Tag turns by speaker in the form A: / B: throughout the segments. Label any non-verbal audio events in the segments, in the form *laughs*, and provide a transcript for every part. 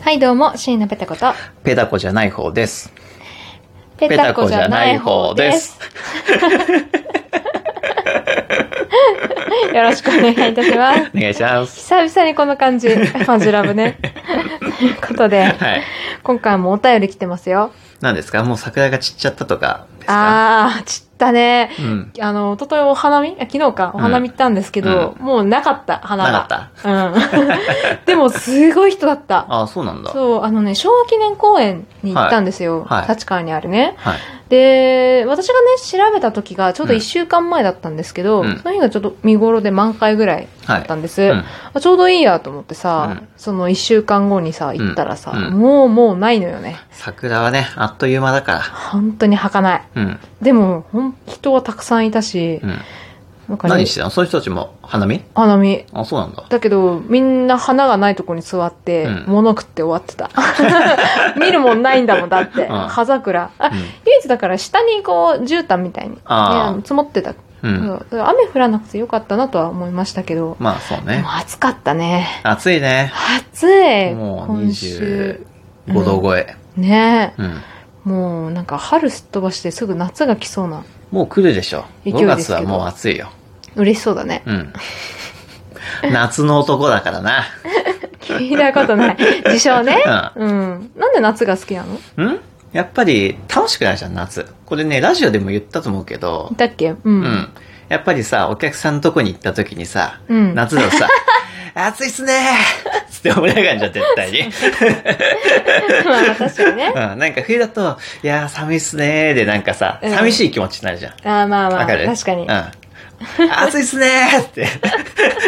A: はい、どうも、シーのペタこと。
B: ペタコじゃない方です。
A: ペ
B: ペタコじゃない方です。。
A: よろしくお願いいたします。
B: お願いします。
A: 久々にこの感じ、マジラブね。ということで、
B: はい。
A: 今回もお便り来てますよ。
B: 何ですかもう桜が散っちゃったとかですか
A: あー、散ったね。
B: うん。
A: あの、一昨日お花見あ昨日か、お花見行ったんですけど、もうなかった、花が。
B: なか
A: った。うん。で *laughs* も、すごい人だった。
B: *laughs* ああ、そうなんだ。
A: そう、あのね、昭和記念公園に行ったんですよ。
B: はいはい
A: 立川にあるね。
B: はい。
A: で、私がね、調べた時がちょうど1週間前だったんですけど、
B: うん
A: その日がちょっと見頃で満開ぐらい
B: は
A: だった
B: い。
A: んです。
B: うん。
A: あちょうどいいやと思ってさ、
B: うん
A: その1週間後にさ、行ったらさ、
B: うん
A: もうもうないのよね。
B: 桜はね、あっという間だか
A: 本当に儚い。
B: ら。うん。
A: でも、ほん、人はたくさんいたし
B: う、ん。
A: なんかね
B: 何してたのそういう人たちも花見
A: 花見。
B: あ、そうなんだ。
A: だけど、みんな花がないとこに座って、
B: うん
A: 物食って終わってた。 *laughs* 見るもんないんだもん、だって。
B: うん
A: 葉桜。あ、
B: うん
A: 唯一だから下にこう、絨毯みたいに、ね
B: あー
A: 積もってた
B: うん。
A: そう雨降らなくてよかったなとは思いましたけど、
B: まあ、そう
A: で
B: ね
A: も。暑かったね
B: 暑いね。
A: 暑い
B: もう
A: 今週
B: 25度超え。
A: ね
B: うん。
A: えもうなんか春すっ飛ばしてすぐ夏が来そうな
B: もう来るでしょ。
A: 勢いですけ
B: 5
A: ど
B: 月はもう暑いよ。
A: 嬉しそうだね
B: *laughs* うん。夏の男だからな。
A: 聞いたことない自称ね
B: うん。
A: うんなんで夏が好きなの
B: んやっぱり楽しくないじゃん、夏。これね、ラジオでも言ったと思うけど、
A: だっけうん、
B: うん。やっぱりさ、お客さんのとこに行った時にさ、
A: うん
B: 夏だと
A: *laughs*
B: さ、暑いっすねーつって盛り上がるじゃん、絶
A: *laughs*
B: 対に。
A: *laughs* まあ確かにね
B: うん。なんか冬だと、いやー寒いっすねーで、なんかさ、
A: うん
B: 寂しい気持ちになるじゃん。
A: あーまあま
B: わ
A: あ
B: かる
A: 確かに、
B: うん。暑いっすねーって。 *laughs*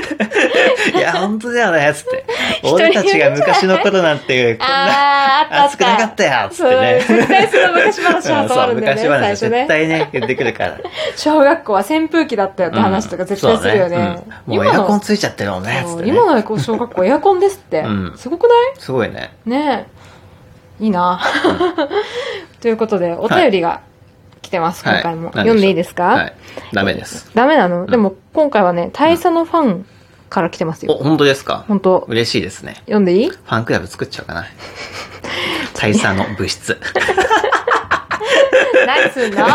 B: いや、本当だよね、つって。
A: 人による
B: 俺
A: じゃな
B: た
A: い
B: ちが昔の頃なんて、こんな、
A: あーあっ
B: 暑く
A: たあ
B: な
A: った
B: かったよ、つっ
A: そう
B: てね。
A: 絶対その昔話は通るんだよね、
B: うんそう昔話
A: 最
B: は
A: 初
B: 絶
A: ね
B: 対ね、言ってくるから。
A: 小学校は扇風機だったよって *laughs* 話とか絶対するよね,、
B: うんそうだうんもうエアコンついちゃってるもんね、つ
A: そ
B: っ
A: う
B: てね。
A: 今の小学校エアコンですって、
B: うん
A: すごくない
B: すごいね。
A: ねえいいな、 *laughs* ということでお便りが来てます、
B: はい
A: 今回も、
B: はい
A: 読んでいいですか、
B: はい。ダメです。
A: ダメなの、でも今回はね大佐のファンから来てます
B: お、
A: よ、
B: 本当ですか
A: 本当
B: 嬉しいですね。
A: 読んでいい
B: *laughs* ファンクラブ作っちゃお
A: *laughs*
B: うかな。大佐の部室。
A: 何すんの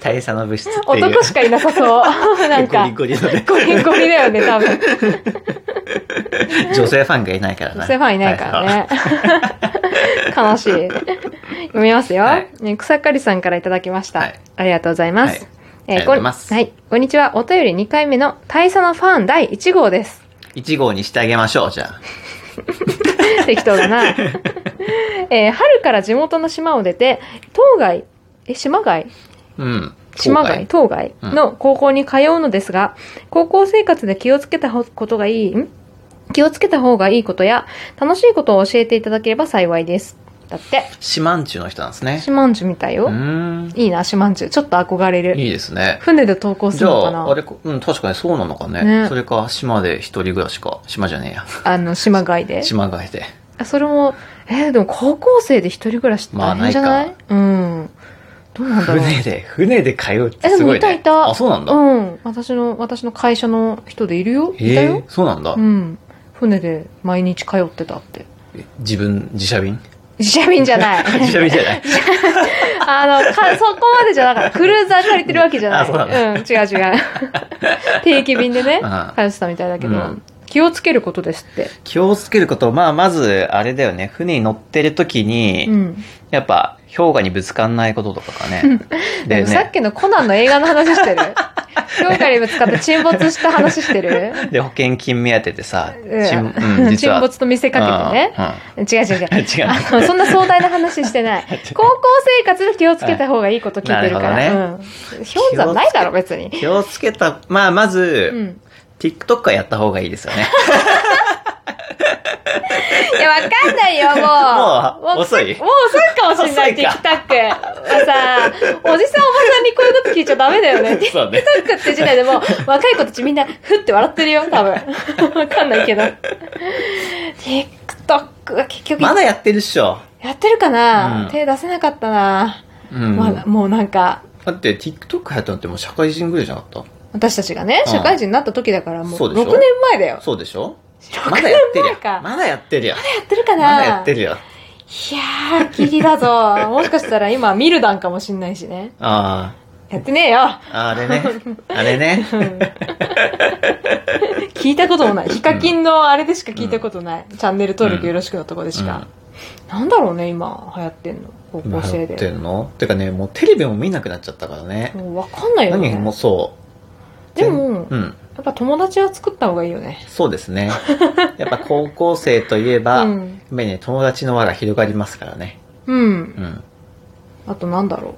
B: 大佐の部室っていう。
A: 男しかいなさ
B: *laughs*
A: そうなんか
B: ゴリゴリのね
A: ゴリゴリだよね多分
B: 女性ファンがいないから
A: *laughs*
B: な。
A: 女性ファンいないからね。悲しい。読みますよ、
B: はい
A: ね草刈さんからいただきました。
B: はい
A: ありがとうございます。
B: はい
A: え
B: ありがとうございます
A: こんはい。こんにちは。お便り2回目の大佐のファン第1号です。
B: *laughs* 大佐は。1号にしてあげましょう、じゃあ。
A: 適当だな。えー春から地元の島を出て、当該、え、島外
B: うん。
A: 島外、当該の高校に通うのですが、高校生活で気をつけたことがいい、ん気をつけた方がいいことや、楽しいことを教えていただければ幸いです。だって。
B: 島んちゅの人なんですね。
A: シマンジュみたいうよ。
B: ーん。
A: いいな、シマンジュ。ちょっと憧れる。
B: いいですね。
A: 船で投稿す
B: じ
A: る
B: ゃ
A: のかな
B: あ、あれか、うん、確かにそうなのかね。
A: ね
B: それか、島で一人暮らしか。島じゃねえや。
A: あの、島外で。
B: 島外で。
A: あそれも、えーでも高校生で一人暮らしって
B: まあ
A: 大変じゃない,、
B: ない
A: うん。どうなんだろう。
B: 船で、船で通うっ
A: え、
B: て
A: ですも
B: ご
A: い
B: い
A: た
B: ね。
A: いた。
B: あ、そうなんだ。
A: うん。私の、私の会社の人でいるよ。いた
B: へえ
A: よ、。
B: そうなんだ
A: う。ん。船で毎日通ってたって。
B: 自分、自社便
A: *laughs* 自社便じゃ
B: *laughs*
A: ない。
B: 自社便じゃない。
A: あの、か、そこまでじゃなかった。クルーザー借りてるわけじゃない。
B: あそうなんだ
A: ん、違う違
B: *laughs*
A: う。定期便でね
B: うん、
A: 通ってたみたいだけど、
B: うん
A: 気をつけることですって。
B: 気をつけること、まあ、まず、あれだよね。船に乗ってる時に、
A: うん。
B: やっぱ、氷河にぶつかんないこととかかね。
A: でもさっきのコナンの映画の話してる。
B: *laughs*
A: 氷河にぶつかって沈没した話してる。
B: で、保険金目当てでさ、
A: うん
B: *laughs* 沈うん実
A: 沈
B: は
A: 没と見せかけてね。違う違う違う。
B: うんうん *laughs* 違う。
A: あのそんな壮大な話して
B: *laughs*
A: ない。高校生活で気をつけた方がいいこと聞いてるか
B: はいなるほ
A: ら。うん。氷山ないだろ、別に。
B: 気をつけた、まあ、まず、
A: うん。
B: TikTok はやった方がいいですよね。
A: いや、わかんないよ、もう。
B: もう遅い
A: もう遅いかもしんない、
B: 遅いか
A: TikTok。はさ、おじさんおばさんにこういうこと聞いちゃダメだよね。
B: *laughs* そうね。
A: TikTok って時代でもう若い子たちみんなふって笑ってるよ、多
B: *laughs*
A: 分。わかんないけど。TikTok は結局、
B: まだやってるっしょ。
A: やってるかな、
B: うん
A: 手出せなかったな、
B: うん。
A: まだ、もうなんか、
B: だって TikTok 流行ったのってもう社会人ぐらいじゃなかっ
A: 私たちがね、
B: うん
A: 社会人になった時だからもう
B: そうでしょ
A: 6年前だよ *laughs*
B: た。そうでしょまだやってる
A: 前
B: よ。
A: か
B: まだやってるよ。
A: やってるか
B: ま
A: な
B: だやってるよ。
A: いやー、キリだぞ。もしかしたら今、ミルダンかもしんないしね。
B: あ
A: やってねえよ。
B: あ、あれ
A: *laughs*
B: ね。あれね。
A: *laughs* 聞いたこともない。ヒカキンのあれでしか聞いたことない。チャンネル登録よろしくのとこでしか。なんだろうね、今、流行ってんの。高
B: 今
A: 校
B: 流行
A: 生
B: って
A: で。
B: んのてかね、もうテレビも見なくなっちゃったからね。
A: もうわかんないよ
B: 何
A: ね。
B: もそう。
A: でも
B: 全うん。
A: やっぱ友達は作った方がいいよね。
B: そうで
A: *laughs*
B: すね。やっぱ高校生といえば、
A: う
B: や
A: ん
B: っぱりね、友達の輪が広がりますからね。
A: うん。
B: うん。
A: あとなんだろう。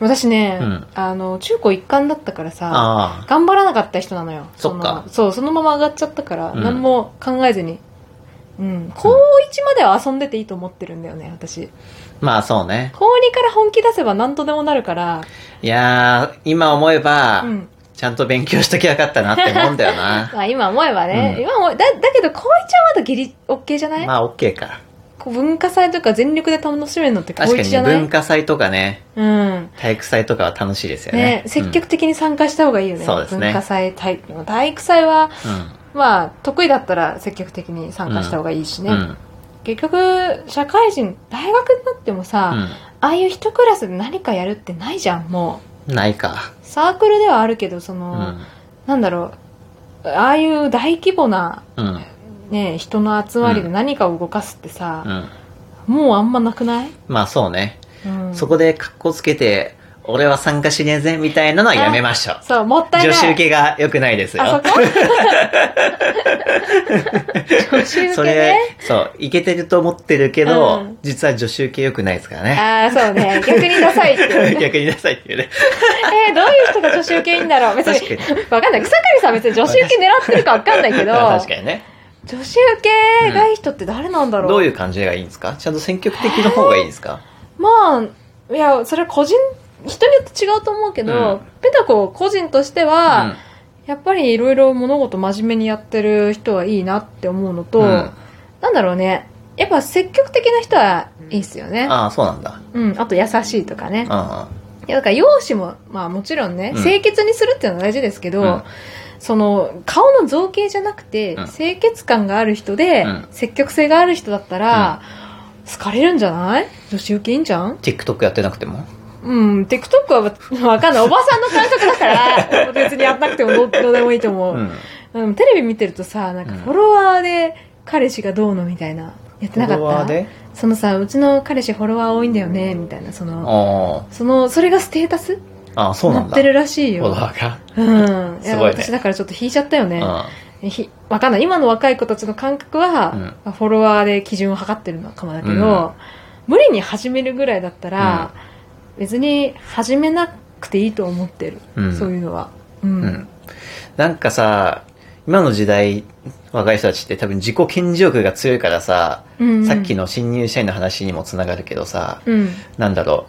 A: 私ね、
B: うん
A: あの、中高一貫だったからさ、
B: あ
A: 頑張らなかった人なのよ。
B: そっか
A: のそう、そのまま上がっちゃったから、
B: うん
A: 何も考えずに。うん。高1までは遊んでていいと思ってるんだよね、私。
B: あ、まあそうね。
A: 高2から本気出せば何とでもなるから、
B: いやー、今思えば、
A: うん。
B: ちゃんと勉強しときゃよかったなって思うんだよ
A: *laughs*
B: な。
A: まあ今思えばね、
B: うん
A: 今思え、だ、だけど高1はまだギリ OK じゃない、
B: まあ OK か。
A: こう文化祭とか全力で楽しめるのって高
B: 確か
A: 1
B: に
A: じ
B: ね
A: ゃない
B: 文化祭とかね、
A: うん。
B: 体育祭とかは楽しいですよね
A: ね。、積極的に参加した方がいいよね。
B: そうですね
A: 文化祭、体育、体育祭は、
B: うん。
A: まあ、得意だったら積極的に参加した方がいいし
B: うん。
A: ね。
B: うん。
A: 結局、社会人、大学になってもさ、ああいう一クラスで何かやるってないじゃん、も
B: うんないか
A: う。。サークルではあるけど、そうの、
B: ん。
A: なんだろう、ああいう大規模な、
B: うん。
A: ね、人の集まりで
B: う
A: 何かを動かすってさ
B: う、ん。
A: もうあんまなくない、
B: まあそうね。
A: うん、
B: そこで格好つけて、俺は参加しねえぜ、みたいなのはやめましょう。
A: そう、もったいない。
B: 女子受けが良くないですよ。
A: あ
B: *laughs*
A: そこ女子受け
B: それ
A: ね。、
B: そう、いけてると思ってるけど、
A: うん
B: 実は女子受け良くないですからね。
A: ああ、そうね。逆にダサいっていうね。
B: *laughs* 逆になさいっていうね。
A: えー、どういう人が女子受けいいんだろう別に。
B: 確か
A: わかんない。草刈さんは別に女子受け狙ってるかわかんないけど、
B: まあ *laughs* 確
A: 女
B: かにね。
A: 子受けがいい人って誰なんだろう、
B: どういう感じがいいんですかちゃんと積極的の方がいいんですか
A: まあ、いや、それは個人、人によって違うと思うけど、
B: うん
A: ペタコ個人としては、やっぱりいろいろ物事真面目にやってる人はいいなって思うのと、
B: うん
A: なんだろうね。やっぱ積極的な人はいいっすよね。
B: ああ、そうなんだ。
A: うん。あと優しいとかね。
B: あ
A: いや、だから容姿も、まあもちろんね、
B: うん
A: 清潔にするっていうのは大事ですけど、
B: うん
A: その、顔の造形じゃなくて、
B: うん
A: 清潔感がある人で、
B: うん
A: 積極性がある人だったら、好かれるんじゃない女子受けいいんじゃん
B: あ。TikTok やってなくても
A: うん、TikTok はわわかんない。おばさんの感覚だから、別にやんなくてもどどうでもいいと思
B: う
A: う、
B: ん。
A: うん。テレビ見てるとさ、なんか
B: うん
A: フォロワーで彼氏がどうのみたいな、やってなか
B: フォロワ
A: っ
B: ー
A: た
B: で
A: そのさ、うちの彼氏フォロワー多いんだよね、みたいな、その、
B: あ
A: その、それがステータス
B: あ。ああ、そうな
A: なんっ
B: だ。
A: てるらしい
B: フォロ
A: よ。
B: ワーが。
A: うん。いや
B: *laughs* すごいね
A: 私だからちょっと引いちゃったよね。
B: う
A: ひわかんない。今の若い子たちの感覚は、フォロワーで基準を測ってるのかもだけど、無理に始めるぐらいだったら、別に始めなくていいと思ってる。
B: うん
A: そういうのは。うん。
B: ん。うん。なんかさ、今の時代、若い人たちって多分自己顕示欲が強いからさ、
A: うんうん
B: さっき。の新入社員の話にもつながるけどさ、
A: うん。
B: なんだろ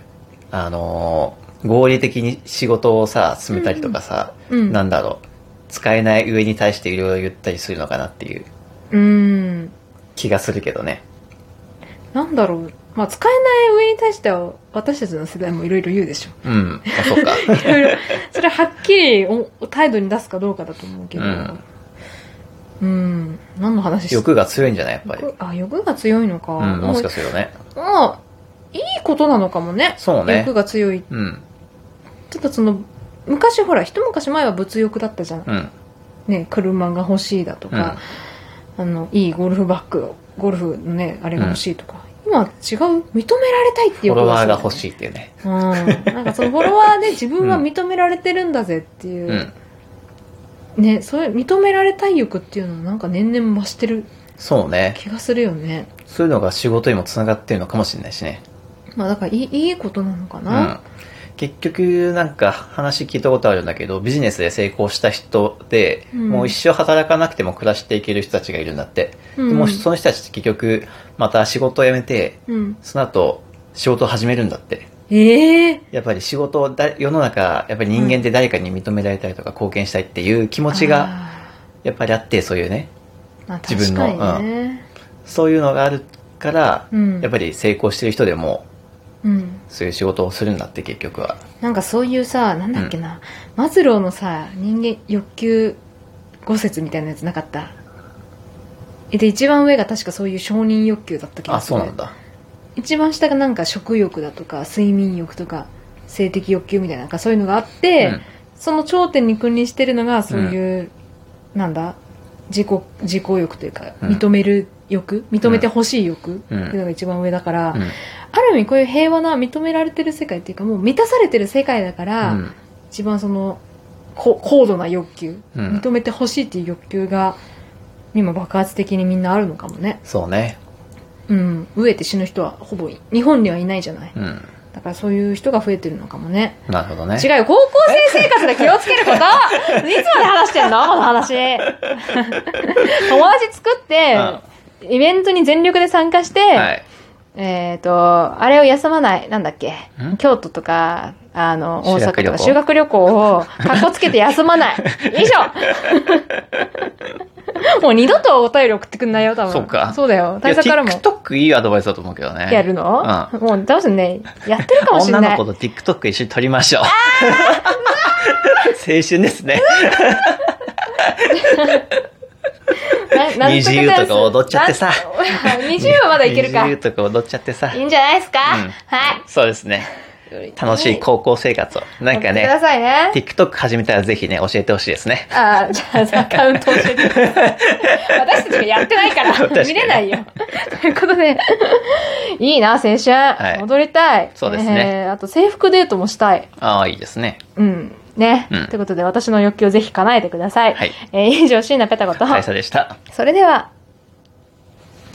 B: う、あのー合理的に仕事をさ、進めたりとかさ、
A: うん
B: なんだろう、使えない上に対していろいろ言ったりするのかなっていう
A: うん。
B: 気がするけどね。
A: なんだろう。まあ、使えない上に対しては、私たちの世代もいろいろ言うでしょ。
B: うん、あそ
A: *laughs*
B: うか。
A: いろい
B: *laughs*
A: ろそれはっきりおお態度に出すかどうかだと思うけど。
B: う
A: うん
B: ん。
A: 何の話して
B: 欲が強いんじゃないやっぱり。
A: 欲あ、欲が強いのか。
B: うん、もしかするとね。
A: まあ、いいことなのかもね。
B: そうね
A: 欲が強い。
B: うん、
A: ちょっとその、昔ほら、一昔前は物欲だったじゃん。
B: うん、
A: ね、車が欲しいだと
B: うん
A: か、。あの、いいゴルフバッグ、ゴルフのね、あれが欲しいとか。今は違う認められたいって
B: フ
A: いう
B: ォロワーが
A: 欲
B: 欲
A: しい
B: しいっていうね。
A: うん。なんかそのフォロワーで自分は認められてるんだぜっていうう。
B: ん。
A: ね、そういう認められたい欲っていうのはなんか年々増してる
B: そうね。
A: 気がするよね。
B: そういうのが仕事にもつながってるのかもしれないしね。
A: まあだからいいいいことなのか
B: う
A: な。
B: ん。結局、なんか話聞いたことあるんだけど、ビジネスで成功した人で、
A: うん
B: もう一生働かなくても暮らしていける人たちがいるんだって。
A: うん
B: でもその人たちって結局、また仕事を辞めて、
A: うん。
B: その後、仕事を始めるんだって。
A: ええ
B: やっぱり仕事をだ、世の中、やっぱり人間って誰かに認められたりとか貢献したいっていう気持ちが、やっぱりあって、そういうね。
A: あー、まあ、
B: 自分の
A: 確かにね。
B: そういうのがあるから、
A: うん
B: やっぱり成功してる人でも、
A: うん。
B: そういう仕事をするんだって、結局は。
A: なんかそういうさ、なんだっけな、マズローのさ、人間欲求五説みたいなやつなかったえで一番上が確かそういう承認欲求だった気
B: あ
A: がす
B: そう
A: る
B: なんだ
A: 一番下がなんか食欲だとか睡眠欲とか性的欲求みたいななんかそういうのがあって、
B: うん
A: その頂点に君臨してるのがそういう、なんだ自己自己欲というか
B: うん
A: 認める欲、認めてほしい欲っていうのが一番上だから、
B: うん
A: ある意味こういう平和な認められてる世界っていうかもう満たされてる世界だから、
B: うん
A: 一番そのこ高度な欲求、
B: うん
A: 認めてほしいっていう欲求が今爆発的にみんなあるのかもね
B: そうね
A: うん飢えて死ぬ人はほぼい日本にはいないじゃない
B: うん
A: だからそういう人が増えてるのかもね
B: なるほどね
A: 違うよ高校生生活で気をつける
B: *laughs*
A: こといつまで話してんのこの話友達作ってイベントに全力で参加して、
B: はい
A: えっ、と、あれを休まない、なんだっけ
B: ん、
A: 京都とか、あの、大
B: 修学
A: 阪と
B: 旅行
A: か修学旅行を、かっこつけて休ま
B: *laughs*
A: ない。以上もう二度とお便り送ってくんないよ、多分。
B: そうか
A: そうだよ。
B: い
A: 対
B: や
A: 策からも。
B: TikTok いいアドバイスだと思うけどね
A: やるの、
B: う
A: もう多分ね、やってるかもしれ
B: 女
A: な
B: の
A: い
B: 子。と TikTok 一緒に撮りましょう青春ですね
A: ななん
B: 二重とか踊っちゃってさ。
A: *laughs* 二十はまだいけるか。
B: 20
A: い
B: とか踊っちゃってさ
A: いんじゃないですか、
B: うんそうですね
A: はい。
B: 楽しい高校生活をなんか
A: やってくだ
B: ね
A: さいね。
B: TikTok 始めたらぜひね教えてほしいですね
A: ああ、じゃあ、アカウント教えてください。私たちがやってないか、
B: *laughs* 確から
A: 見
B: に
A: れないよ。ということで、いいな、青春。
B: い
A: 踊りたい。
B: そうですね
A: えーあと、制服デートもしたい。
B: ああいいですね
A: うん。ね。
B: うん
A: ということで、私の欲求をぜひ叶えてください。
B: はい
A: えー以上、椎名ペタコと、
B: 大佐でした
A: それでは、